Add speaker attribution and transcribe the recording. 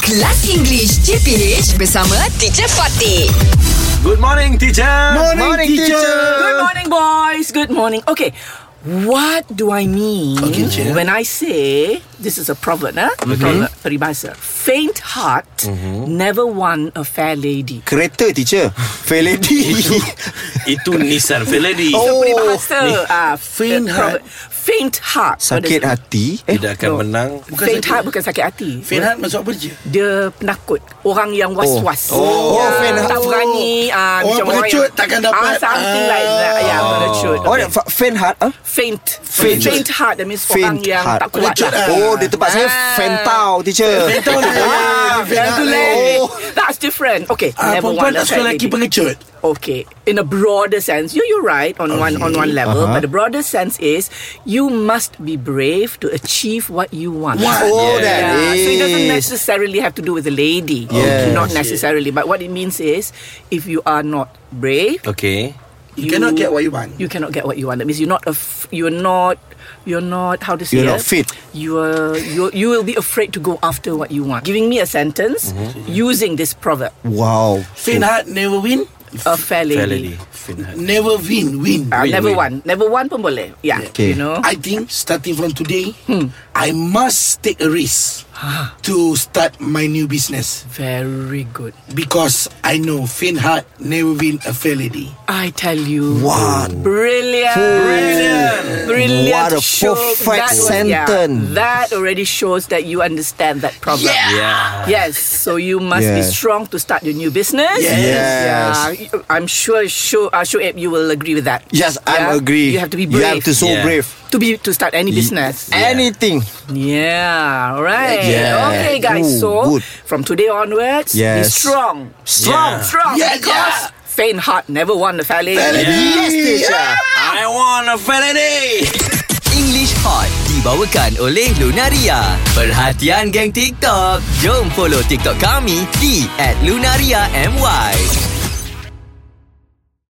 Speaker 1: Kelas English CPH bersama Teacher Fatih.
Speaker 2: Good morning, teacher.
Speaker 3: Morning, teacher.
Speaker 4: Good morning, boys. Good morning. Okay. What do I mean
Speaker 3: Okay, Jen. Mm-hmm.
Speaker 4: when I say this is a proverb, huh? Proverb, peribahasa. Faint heart never won a fair lady.
Speaker 3: Kereta teacher Fair lady
Speaker 2: Itu Nissan Velady.
Speaker 3: Oh.
Speaker 4: peribahasa. ah,
Speaker 3: faint
Speaker 4: eh, proverb. Faint heart.
Speaker 3: Sakit
Speaker 4: What
Speaker 3: hati eh,
Speaker 2: Tidak akan menang.
Speaker 4: is- Faint heart bukan sakit hati.
Speaker 5: Fenhan masuk apa je?
Speaker 4: Dia penakut. Orang yang was-was. Ah,
Speaker 3: Oh. Oh, faint heart. Oh.
Speaker 4: Tak berani. ah,
Speaker 5: Orang
Speaker 4: macam
Speaker 5: pengecut
Speaker 4: yang-
Speaker 5: takkan dapat.
Speaker 4: Ah, something
Speaker 5: Ah.
Speaker 4: like that. Ya, pengecut.
Speaker 3: Oh, okay. faint heart huh?
Speaker 4: Faint.
Speaker 3: Faint.
Speaker 4: Faint heart. That means orang
Speaker 3: Faint
Speaker 4: yang
Speaker 3: heart
Speaker 4: tak kuat
Speaker 5: Pengecut
Speaker 4: lah.
Speaker 5: Ah.
Speaker 3: Oh, di tempat saya
Speaker 4: Ah.
Speaker 3: Fentau teacher
Speaker 5: Fentau dia.
Speaker 3: Ah,
Speaker 5: Faint
Speaker 4: That's
Speaker 5: heart.
Speaker 4: leh.
Speaker 3: Oh.
Speaker 4: That's different. Okay.
Speaker 5: Ah,
Speaker 4: never
Speaker 5: perempuan
Speaker 4: one
Speaker 5: tak
Speaker 4: left
Speaker 5: suka
Speaker 4: hand
Speaker 5: lelaki
Speaker 4: lady.
Speaker 5: pengecut.
Speaker 4: Okay. In a broader sense, you you're right
Speaker 3: Oh,
Speaker 4: on one on one level,
Speaker 3: Uh-huh.
Speaker 4: but the broader sense is you must be brave to achieve what you want.
Speaker 3: Oh, that
Speaker 4: Yeah, so it
Speaker 3: is
Speaker 4: doesn't
Speaker 3: Oh,
Speaker 4: necessarily have to do with a lady.
Speaker 3: Yes.
Speaker 4: Not necessarily, but what it means is if you are not brave,
Speaker 2: Okay.
Speaker 5: You cannot get what you want.
Speaker 4: You cannot get what you want. That means you're not. Af- you're not. You're not. How to say
Speaker 3: You're not
Speaker 4: it?
Speaker 3: fit.
Speaker 4: You are. You you will be afraid to go after what you want. Giving me a sentence
Speaker 3: Mm-hmm.
Speaker 4: using this proverb:
Speaker 3: Wow
Speaker 5: Fenhan never win,
Speaker 4: a
Speaker 5: Uh,
Speaker 4: fair lady.
Speaker 2: Velady. Finhat.
Speaker 5: never win, win.
Speaker 4: Ah,
Speaker 2: Win,
Speaker 4: never
Speaker 2: win.
Speaker 4: one. Never one pun boleh. Yeah.
Speaker 3: Okay. Ah.
Speaker 4: You know.
Speaker 5: I think starting from today,
Speaker 4: Hmm.
Speaker 5: I must take a risk
Speaker 4: Ah.
Speaker 5: to start my new business
Speaker 4: Very good.
Speaker 5: because I know Fenhan never win a fair lady.
Speaker 4: I tell you.
Speaker 3: Wow.
Speaker 4: Brilliant. Brilliant.
Speaker 3: What
Speaker 4: Brilliant.
Speaker 3: a
Speaker 4: Show-
Speaker 3: perfect
Speaker 4: that was- yeah,
Speaker 3: sentence.
Speaker 4: that already shows that you understand that proverb.
Speaker 2: Yeah.
Speaker 4: Yes, so you must be
Speaker 3: Yes.
Speaker 4: strong to start your new business.
Speaker 5: Yes.
Speaker 3: Yes.
Speaker 4: Yeah, I'm sure, sure, uh, sure, Abe, you will agree with that.
Speaker 3: Yes, I'm
Speaker 4: Yeah?
Speaker 3: agree
Speaker 4: You have to be
Speaker 3: You
Speaker 4: brave
Speaker 3: have to so
Speaker 2: Yeah.
Speaker 3: brave
Speaker 4: to be to start any business.
Speaker 3: Anything
Speaker 4: Yeah, all right.
Speaker 3: Yeah.
Speaker 4: Okay, guys.
Speaker 3: Ooh,
Speaker 4: so
Speaker 3: good.
Speaker 4: from today onwards,
Speaker 3: Yes.
Speaker 4: be strong,
Speaker 2: Strong.
Speaker 4: strong.
Speaker 5: Yeah,
Speaker 4: because
Speaker 5: yeah.
Speaker 4: faint heart never won the valley.
Speaker 3: Yes teacher
Speaker 2: I want a Velady.
Speaker 6: English Hot dibawakan oleh Lunaria. Perhatian geng TikTok. Jom follow TikTok kami di @lunariamy.